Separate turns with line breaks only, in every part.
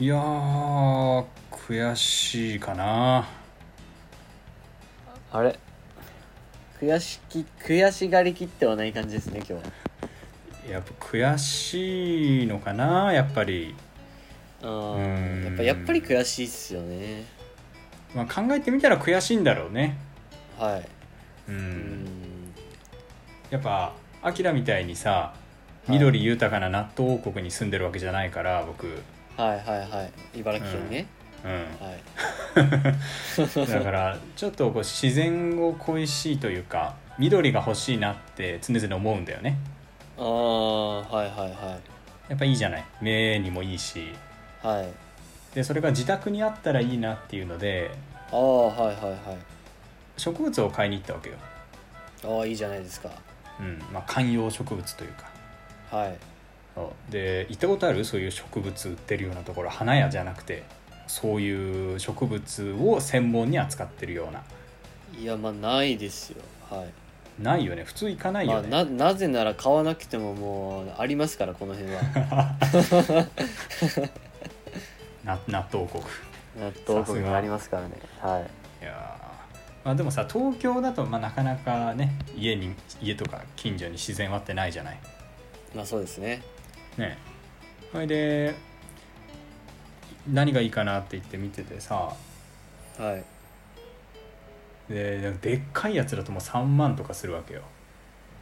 いやー悔しいかな
あれ悔しき悔しがりきってはない感じですね今
やっぱ悔しいのかなやっぱり、
日はあ
う
ー
ん
やっぱやっぱり悔しいっすよね
まあ、考えてみたら悔しいんだろうね
は
う
い
ん
ん
やっぱアキラみたいにさ
い
緑豊かな納豆王国に住んでるわけじゃないから僕、うん、
はいはいはい茨城県ね、はい
だからちょっとこう自然を恋しいというか緑が欲しいなって常々思うんだよね
ああはいは
やっぱいいじゃない目にもいいし
いはいはい
でそれが自宅にあったらいいなっていうので
ああはいはいはい
植物を買いに行ったわけよ、
ああいいじゃないですか
うんまあ、観葉植物というか
はい
そうで行ったことあるそういう植物売ってるようなところ花屋じゃなくてそういう植物を専門に扱ってるようない
やまあないですよはい
ないよね普通行かない
ま
よ
あ、
ね、
ななぜなら買わなくてももうありますからこの辺 は
な納豆王国
納豆国もありますからねはい
いやーまあでもさ東京だとまあなかなかね家に家とか近所に自然はってないじゃない
まあそうですね
ねそれで何がいいかなって言って見ててさ
はい
ででっかいやつだともう3万とかするわけよ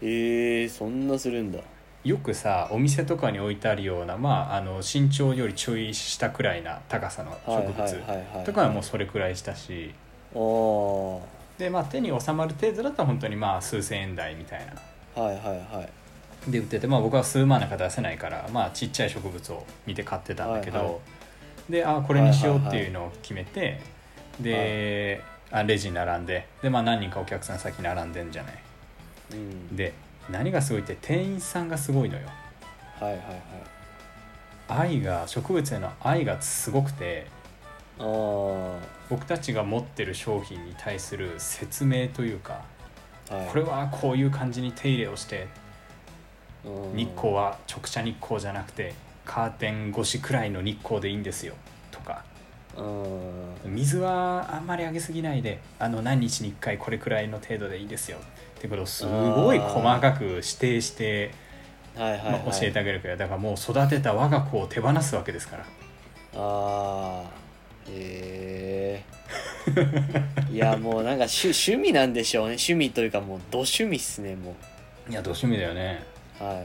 えー、そんなするんだ
よくさお店とかに置いてあるような、まあ、あの身長よりちょい下くらいな高さの
はい
植
はい
物
はいはい
とかはもうそれくらいしたし
おー
で、まあ、手に収まる程度だったら本当にまあ数千円台みたいな
はいはいはい
で売ってて、まあ、僕は数万なんか出せないから、まあ、ちっちゃい植物を見て買ってたんだけど、
はいは
であこれにしようっていうのを決めて、で、あレジに並んでで、まあ、何人かお客さん先に並んでんじゃない
うん
で何がすごいって店員さんがすごいのよ
はいはいはい
愛が植物への愛がすごくて
あー
僕たちが持ってる商品に対する説明というか
はい
これはこういう感じに手入れをして
うん
日光は直射日光じゃなくてカーテン越しくらいの日光でいいんですよとか
うん
水はあんまりあげすぎないであの何日に1回これくらいの程度でいいですよってことをすごい細かく指定して、
はいはい、はい
まあ教えてあげるからだからもう育てた我が子を手放すわけですから
あーへえいやもうなんか趣趣味なんでしょうね趣味というかもうど趣味っすねも
いやどうしようもだよね
うはい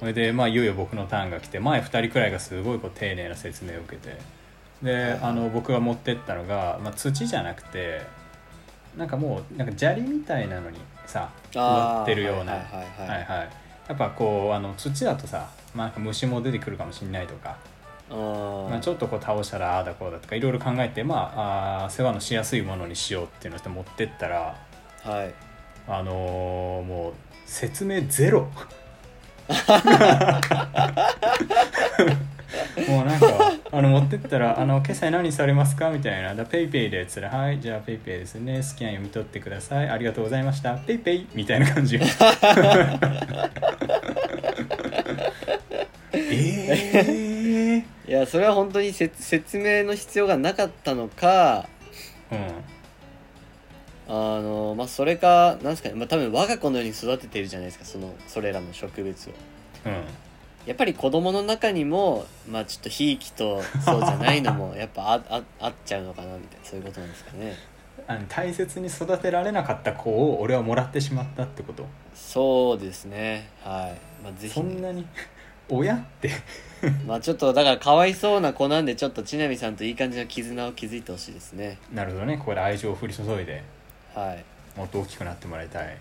それで、まあ、いよいよ僕のターンが来て前2人くらいがすごいこう丁寧な説明を受けてであの僕が持ってったのが、まあ、土じゃなくてなんかもうなんか砂利みたいなのにさ植わ
あー
ってるような
は
はいい
はいはいはい、
はいやっぱこうあの土だとさ、まあ、なんか虫も出てくるかもしれないとか、
うん
まあ、ちょっとこう倒したらああだこうだとかいろいろ考えて、まあ、あー世話のしやすいものにしようっていうのをして持ってったら
はい
あのーもう説明ゼ ロもうなんかあの持ってったら「あの決済何されますか?」みたいな「だペイペイで」つら「はいじゃあペイペイですねスキャン読み取ってくださいありがとうございましたペイペイ」みたいな感 じええ
いやそれは本当にせ説明の必要がなかったのか
うん
あのまあそれかなんですかね、まあ、多分我が子のように育ててるじゃないですかそのそれらの植物を
うん
やっぱり子供の中にもまあちょっとひいきとそうじゃないの もやっぱあああっちゃうのかなみたいなそういうことなんですかね
あの大切に育てられなかった子を俺はもらってしまったってこと
そうですねはいまあぜひ
そん
ね、
なに 親って
まあちょっとだからかわいそうな子なんでちょっとちなみさんといい感じの絆を築いてほしいですね
なるほどねここで愛情を降り注いで
はい
もっと大きくなってもらいたい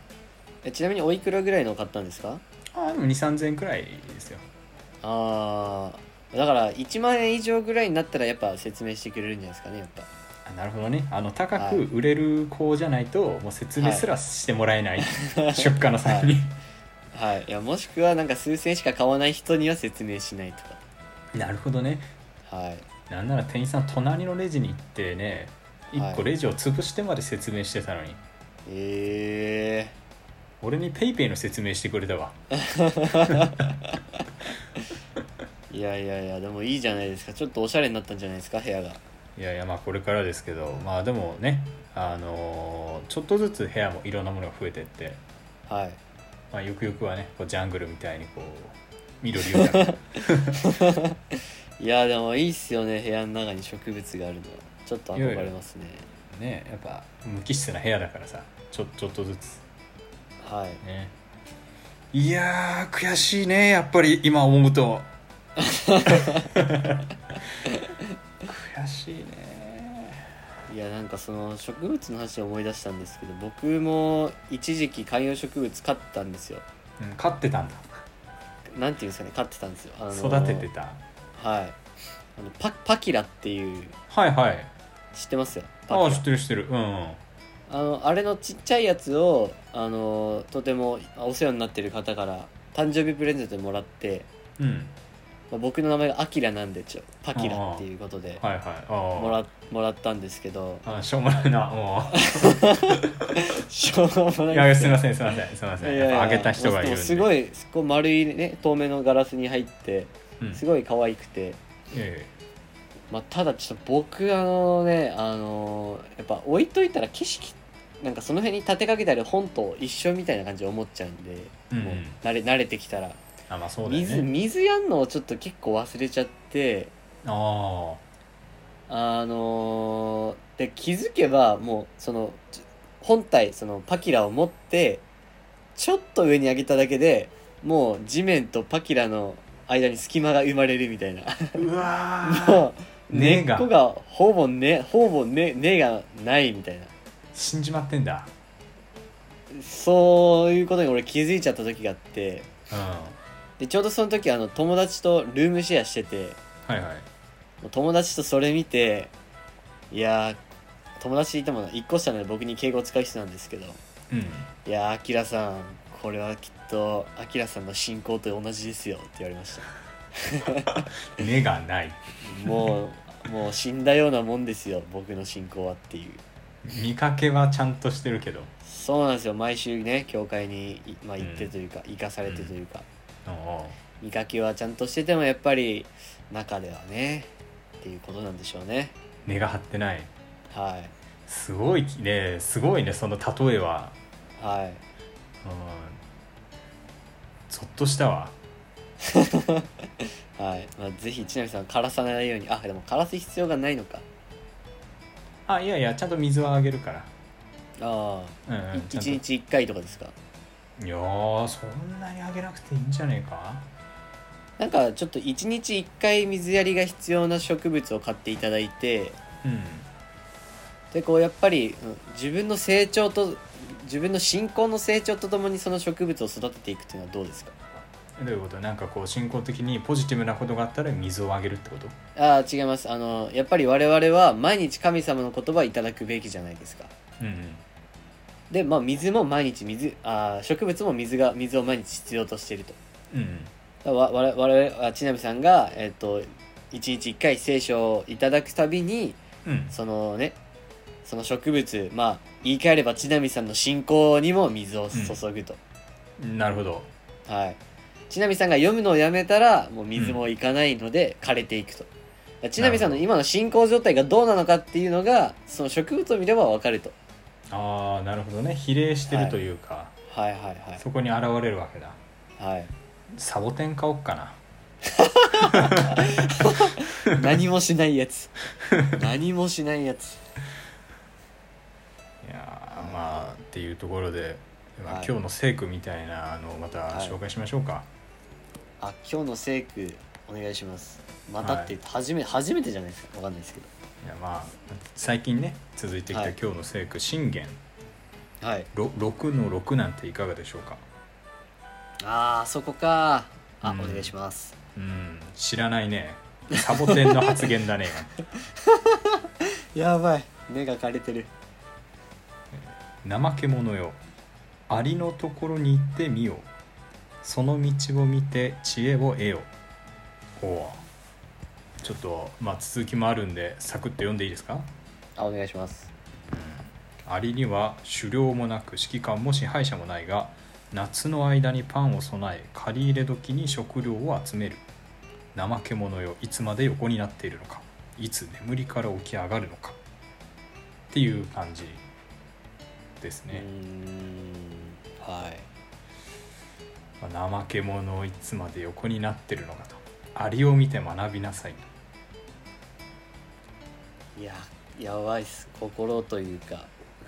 えちなみにおいくらぐらいのを買ったんですか
あーでも2 3 0 0 0くらいですよ
ああだから1万円以上ぐらいになったらやっぱ説明してくれるんじゃないですかねやっぱ
あなるほどねあの高
はい
く売れる子じゃないと、もう説明すらしてもらえない、出荷の際に、
はいいやもしくはなんか数千円しか買わない人には説明しないと
なるほどね
かはい
なんなら店員さん隣のレジに行ってね1個
はい
レジを潰してまで説明してたのに、
ええ
俺にペイペイの説明してくれたわ
いいやいやいやでもいいじゃないですかちょっとおしゃれになったんじゃないですか部屋が
いやいやまあこれからですけどまあでもねあのーちょっとずつ部屋もいろんなものが増えてって、
はい
まあ、ゆくゆくはねこうジャングルみたいにこう緑豊かに
いやでもいいっすよね部屋の中に植物があるのはちょっと憧れますね
ねやっぱ無機質な部屋だからさちょちょっとずつ
はい
ねいやー悔しいねやっぱり今思う と悔しいね
いやなんかその植物の話で思い出したんですけど僕も一時期観葉植物飼ったんですよ
うん飼ってたんだ
なんていうんですかね飼ってたんですよ、あの
育ててた
はいあのパパキラっていう
はいはい
知ってますよパ
ああ知
キラ
ってる知ってるうんうん
あのあれのちっちゃいやつをあのとてもお世話になってる方から誕生日プレゼントでもらって、
うん
まあ、僕の名前がアキラなんでちょパキラっていうことで
はいはいああ
もらもらったんですけど
あしょうもないなも
しょうも
う い
ない
やすいませんすいませんすいませんやっぱあげた人がいるん
もう
です
ごいすごい丸いね透明のガラスに入って
うん
すごい可愛くて、
いやいや
まあ、ただちょっと僕あのねあのやっぱ置いといたら景色なんかその辺に立てかけたり本と一緒みたいな感じで思っちゃうんで、
うんうん
もう慣れ慣れてきたら、
あまあそうだよ
水
ね
水やんのをちょっと結構忘れちゃって
あ
あのーで気づけばもうそのち本体そのパキラを持ってちょっと上に上げただけでもう地面とパキラの間に隙間が生まれるみたいな
あうわー
もう根
根
っ
が
こがほぼ根ほぼ根根がないみたいな
死んじまってんだ
そういうことに俺気づいちゃった時があって
うん
でちょうどその時あの友達とルームシェアしてて
はいはい
友達とそれ見ていやー友達いても1個下なので僕に敬語を使う人なんですけど
うん
いやー、アキラさん、これはきっと、アキラさんの信仰と同じですよって言われました。
根がない
も う、もう死んだようなもんですよ、僕の信仰はっていう。
見かけはちゃんとしてるけど
そうなんですよ、毎週ね、教会に、いまあ、
うん
行ってというか、生かされてというか、
うんうん
見かけはちゃんとしてても、やっぱり、中ではね、っていうことなんでしょうね。
根が張ってない
はい。
すごいねすごいねその例えは
はい。
うんゾッとしたわ
はい。まあ、ぜひ、ちなみさん、枯らさないように、あ、でも、枯らす必要がないのか。
あいやいやちゃんと水はあげるから
あ
うん
あ、
うんちゃん
1
と
日1回とかですか。
いやーそんなにあげなくていいんじゃねえか
なんかちょっと1日1回水やりが必要な植物を買っていただいて
うん
でこうやっぱりうん自分の成長と自分の信仰の成長とともにその植物を育てていくっていうのはどうですか
どういうことなんかこう信仰的にポジティブなことがあったら水をあげるってこと
ああ違いますあのやっぱり我々は毎日神様の言葉をいただくべきじゃないですか
うんうん
でまあ水も毎日水あー植物も水が水を毎日必要としていると
うん
わ我々我々あちなみさんがえっ、と1日1回聖書をいただくたびに
うん
そのねその植物まあ言い換えれば千波さんの信仰にも水を注ぐと、
うんなるほど
はい千波さんが読むのをやめたらもう水もいかないので枯れていくと、千波さん
な
の
る
今の信仰状態がどうなのかっていうのがその植物を見ればわかると
ああなるほどね比例してるというか、
はいはいはい
そこに現れるわけだ
はい
サボテン買おっかな
何もしないやつ何もしないやつ
いやーまあっていうところで、まあ
はい
今日の聖句みたいなのをまた
はい
紹介しましょうか、
あ今日の聖句お願いしますまたって言って初め初めてじゃないですかわかんないですけ
い、やまあ最近ね続いてき
は
た
い
今日の聖句「信玄
どはい
ろ6の6」なんていかがでしょうか
あーそこかあ、
うん
お願いします
うん知らないねサボテンの発言だね
やばい目が枯れてる
怠け者よありのところに行ってみよその道を見て知恵を得よおおちょっとまあ続きもあるんでサクッと読んでいいですか
あお願いします
アリには狩猟もなく指揮官も支配者もないが夏の間にパンを備え借り入れ時に食料を集める「怠け者よいつまで横になっているのかいつ眠りから起き上がるのか」っていう感じです
うー
ね。
んはい
まあ、怠け者をいつまで横になってるのかとアリを見て学びなさい
いややばいっす心というか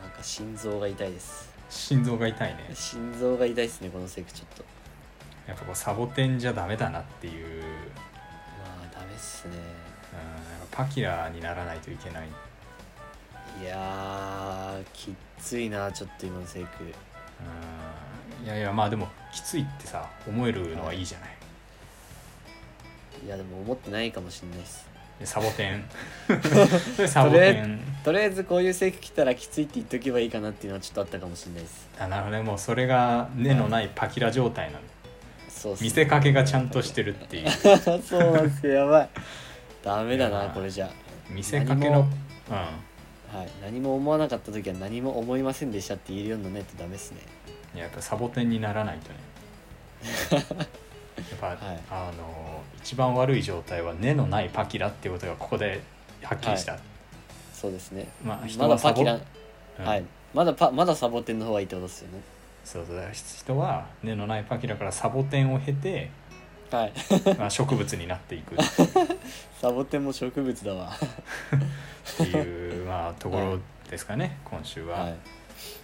なんか心臓が痛いです
心臓が痛いね
心臓が痛いですねこのセクちょっと
やっぱこうサボテンじゃダメだなっていう、うん、
まあダメっすね
やっぱパキラにならないといけない
いやーきっついなちょっと今のセク
うんいやいやまあでもきついってさ思えるのはいいじゃない、
いやでも思ってないかもしんないっす
でサボテ ンそれサボテン
とりあえずこういうセク来たらきついって言っとけばいいかなっていうのはちょっとあったかもしんないっす
あなるほどねもうそれが根のないパキラ状態なの
そうっすね
見せかけがちゃんとしてるっていう
そうなんですよやばいダメだ
い
な
やー
これじゃ
見せかけの
はい何も思わなかった時は何も思いませんでしたって言えるようにならないとダメっすね
うんいややっぱサボテンにならないとねやっぱ、
はい
あの一番悪い状態は根のないパキラっていうことがここではっきりした、
そうですね
まあ人
ま
は
だ
サ
パ
ボ
キラ、
うん
はいまだパまだサボテンの方がいいってことですよね
そうそうだから人は根のないパキラからサボテンを経て、
はい
まあ、植物になっていくっ
サボテンも植物だわ。
て いうまあところですかね今週は、
はい。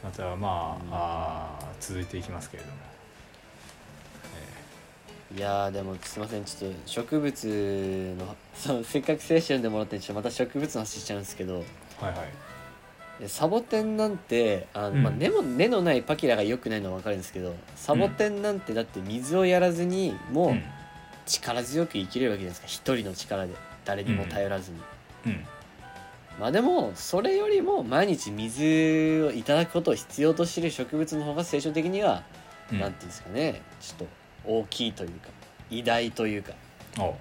またま
うん
ああー続いていきますけれども、
いやーでもすいませんちょっと植物の そうせっかく聖書読んでもらってちょっとまた植物の話しちゃうんですけど
えーはいはい
いやサボテンなんてあの、
うん
まあ、根も根のないパキラが良くないのは分かるんですけどサボテンなんてだって水をやらずにも
う
うん力強く生きれるわけじゃないですか一人の力で誰にも頼らずに。
うん
まあでもそれよりも毎日水をいただくことを必要としている植物の方が聖書的には
うん
なんていうんですかねちょっと大きいというか偉大というかっ
お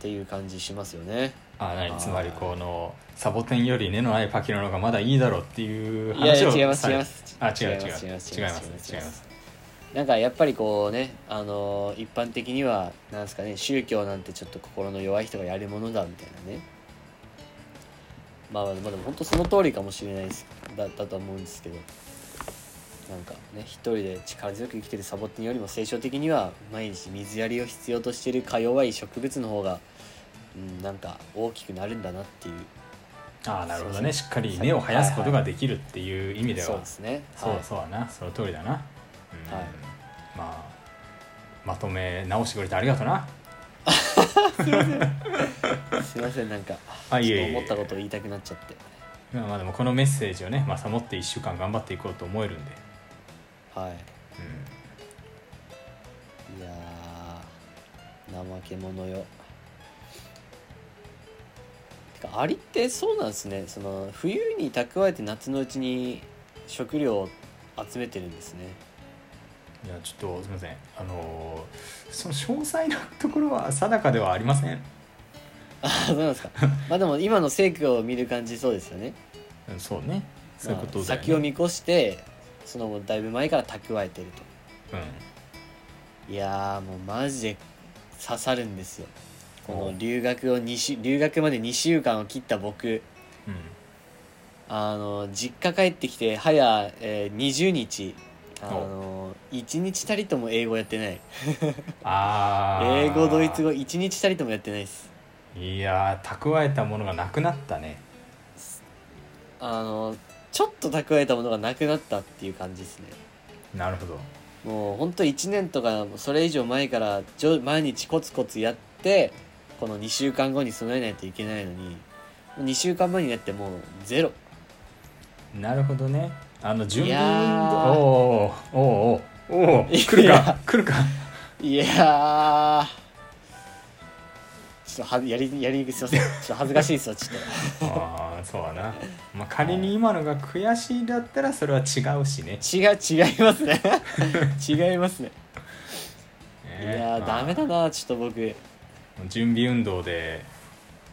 ていう感じしますよね
あ
あ
何
ー
つまりこのサボテンより根のないパキラの方がまだいいだろうっていう
いやい
話を
や違います
さ
違い
れ
ます
あ違う違う
違います
違います違います
なんかやっぱりこうねあのー一般的にはなんですかね宗教なんてちょっと心の弱い人がやるものだみたいなねまあまあでも本当その通りかもしれないですだだと思うんですけどなんかね一人で力強く生きてるサボテンよりも聖書的には毎日水やりを必要としているか弱い植物の方がうんなんか大きくなるんだなっていう
ああなるほど
そうで
ね
す
しっかり根を生やすことができるっていう意味では、
そうですね
そう
はい
そうだなその通りだな、うん
はい
まあまとめ直してくれてありがとうな
すいませんなんか
あい
ちょっ
えい
と
え
思ったことを言いたくなっちゃって
まあまあでもこのメッセージをねまあサボって1週間頑張っていこうと思えるんで、
はい
うん
いやー怠け者よてかアリってそうなんですねその冬に蓄えて夏のうちに食料を集めてるんですね
いやちょっとすみませんあのーその詳細なところは定かではありません
あそうなんですかまあでも今の聖句を見る感じそうですよね
うんそうねそういうこと
まあ
だよね
先を見越してそのだいぶ前から蓄えてるといやーもうマジで刺さるんですよこ
お
の留学を2週留学まで2週間を切った僕
うん、うん、
あの実家帰ってきて早、えー、20日あの1日たりとも英語やってない
あー
英語ドイツ語1日たりともやってないです
いやー蓄えたものがなくなったね
あのちょっと蓄えたものがなくなったっていう感じですね
なるほど
もうほんと1年とかそれ以上前からじょ毎日コツコツやってこの2週間後に備えないといけないのに2週間前になってもうゼロ
なるほどねあの準備
いやー
おーおーおーおーおー
いや
来るか来るか
いやーちょっとはやりやりにくいすいませんちょっと恥ずかしいですよちょっ と
ああそうだな、まあ、仮に今のが悔しいだったらそれは違うしね、
違う違います ね違いますねい
ね
やー
まあ
ダメだなちょっと僕
準備運動で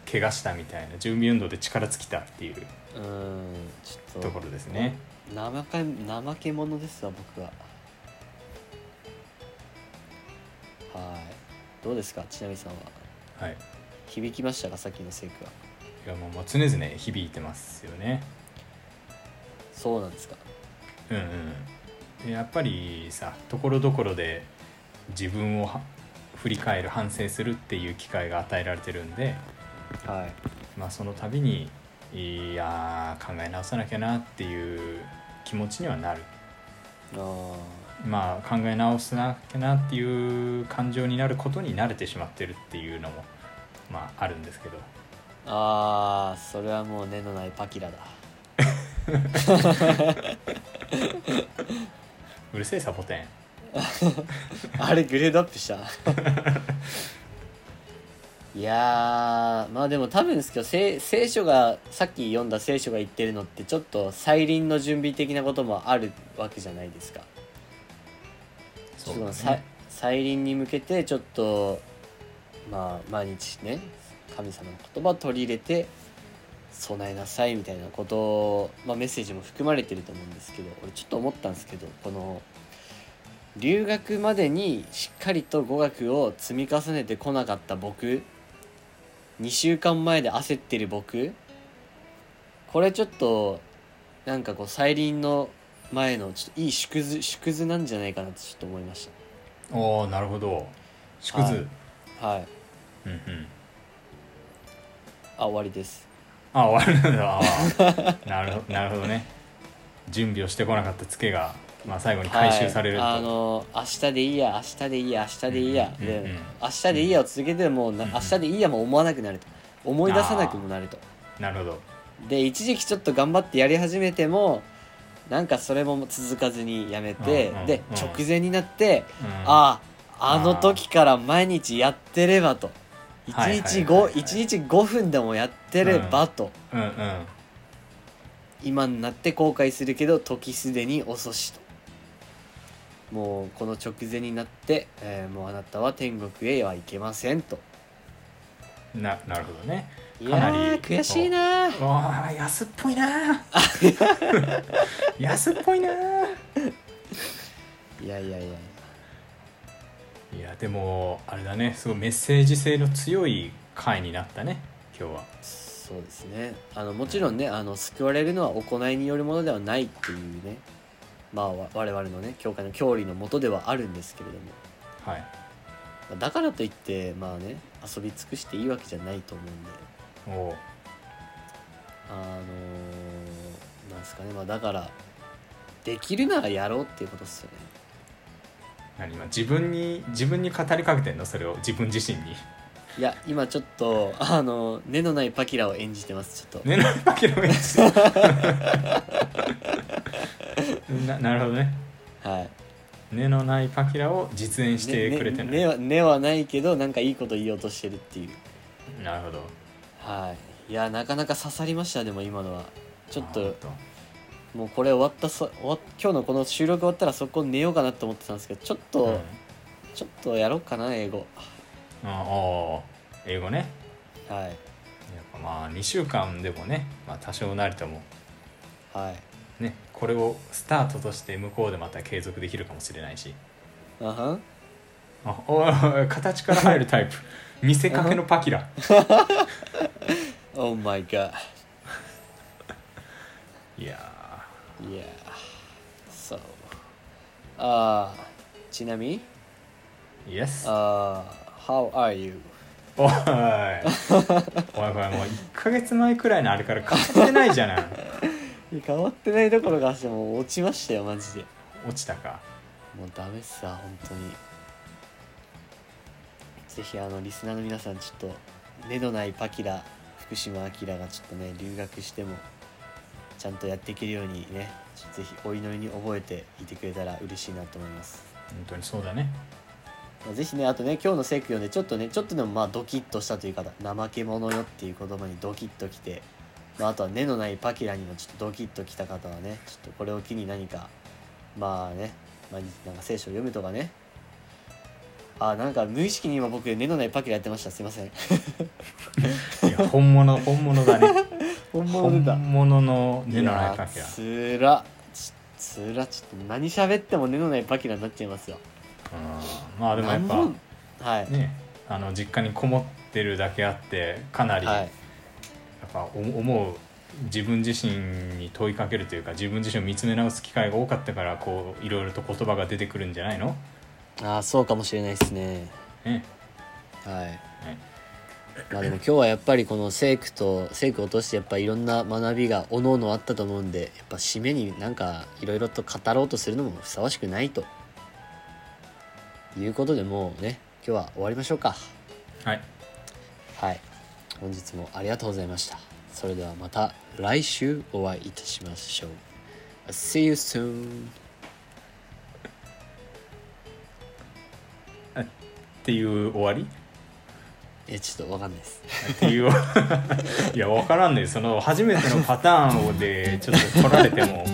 怪我したみたいな準備運動で力尽きたっていう
うんちょっ
と
と
ころですね
怠け怠け者ですわ僕ははどうですかちなみさん
は
は
い
響きましたかさっきのセイクはい
やもうもう常々響いてますよね
そうなんですか
うんうんやっぱりさところどころで自分をは振り返る反省するっていう機会が与えられてるんで
はい
まあその度にいやー考え直さなきゃなっていう気持ちにはなる
あー
まあ考え直さなきゃなっていう感情になることに慣れてしまってるっていうのもまああるんですけど
あーそれはもう根のないパキラだ
うるせえサボテン
あれグレードアップした いやーまあでも多分ですけど聖聖書がさっき読んだ聖書が言ってるのってちょっと再臨の準備的なこともあるわけじゃないですか
そう
ちょっと
だ
さ
ね
再臨に向けてちょっとまあ毎日ね神様の言葉を取り入れて備えなさいみたいなことを、まあ、メッセージも含まれてると思うんですけど俺ちょっと思ったんですけどこの留学までにしっかりと語学を積み重ねてこなかった僕2週間前で焦ってる僕これちょっとなんかこう再臨の前のちょっといい縮図縮図なんじゃないかなってちょっと思いまし
おおなるほど縮
は
図
たはい
うんうん
あ終わりです
あ終わるんだあーなるほどなるほどね準備をしてこなかったツケが、まあ、最後に回収されると、
はい、あの明日でいいや明日でいいや明日でいいや、
うんうんうんうん
で明日でいいやを続けてもな
うんうん
明日でいいやも思わなくなると思い出さなくもなると
なるほど
で一時期ちょっと頑張ってやり始めてもなんかそれも続かずにやめて、
うんうん
で
うん
直前になって、
うん
あああの時から毎日やってればと
はいはい
1
はい
日
はい
5, 一日5分でもやってればと、
うんうん
今になって後悔するけど時すでに遅しともうこの直前になって、えーもうあなたは天国へは行けませんと
ななるほどね
い
か
や
なり
ー悔しいなー
わあ安っぽいな 安っぽいない
やいやいや
いやでもあれだねすごいメッセージ性の強い回になったね今日は
そうですねあのもちろんねあの救われるのは行いによるものではないっていうねまあわ我々のね教会の教理のもとではあるんですけれども
はい
まあだからといってまあね遊び尽くしていいわけじゃないと思う
お
んで
う
あのなんですかねまあだからできるならやろうっていうことですよね
何今自分に自分に語りかけてんのそれを自分自身に
いや今ちょっとあの根のないパキラを演じてますちょっと、
ねなわけのめななるほどね
はい
根のないパキラを実演してくれて
ね
る、
ね根は根はないけどなんかいいこと言おうとしてるっていう
なるほど
はいいやなかなか刺さりましたでも今のはちょっ
あー
と
ほんと
もうこれ終わったそ終わ今日のこの収録終わったらそこ寝ようかなと思ってたんですけどちょっと、
うん
ちょっとやろうかな英語
あおー英語ね
はい
やっぱまあ2週間でもね、まあ、多少なりとも
はい
ねこれをスタートとして向こうでまた継続できるかもしれないし
あはん
あおー形から入るタ イプ見せかけのパキラ
Oh my god
いや
Yeah. So. ああ、ちなみに、
ー Yes
ああ、How are you?
おいおいこれもう1ヶ月前くらいのあれから変わってないじゃない
変わってないどころか、もう落ちましたよ、マジで。
落ちたか
もうダメっすわ、本当に。ぜひ、あの、リスナーの皆さん、ちょっと、目のないパキラ、福島明がちょっとね、留学しても、ちゃんとやっていけるようにね、ちょっとぜひお祈りに覚えていてくれたら嬉しいなと思います。
本当にそうだね
まあぜひねあとね今日のセイク読んでちょっとねちょっとでもまあドキッとしたという方「怠け者よ」っていう言葉にドキッときて、まあ、あとは「根のないパキラ」にもちょっとドキッときた方はねちょっとこれを機に何かまあね、まあ、なんか聖書を読むとかねあなんか無意識に今僕根のないパキラやってましたすいません
いや本物本物だね
本
本 物の根のないパキラ
やつらちつらちょっと何喋っても根のないパキラになっちゃいますよ
うんまあでもやっ
なんも
ぱ
はい、
ねあの実家にこもってるだけあってかなり
は
やっ
い
ぱお思う自分自身に問いかけるというか自分自身を見つめ直す機会が多かったからこういろいろと言葉が出てくるんじゃないの、
ああそうかもしれないですね
ね
はい
はい
まあでも今日はやっぱりこの聖句と聖句を通してやっぱいろんな学びがおのおのあったと思うんでやっぱ締めになんかいろいろと語ろうとするのもふさわしくないということでもうね今日は終わりましょうか
はい、
はい本日もありがとうございましたそれではまた来週お会いいたしましょう See you soon
っていう終わり
えちょっとわかんないです
っていう いや分からんねその初めてのパターンをでちょっと取られても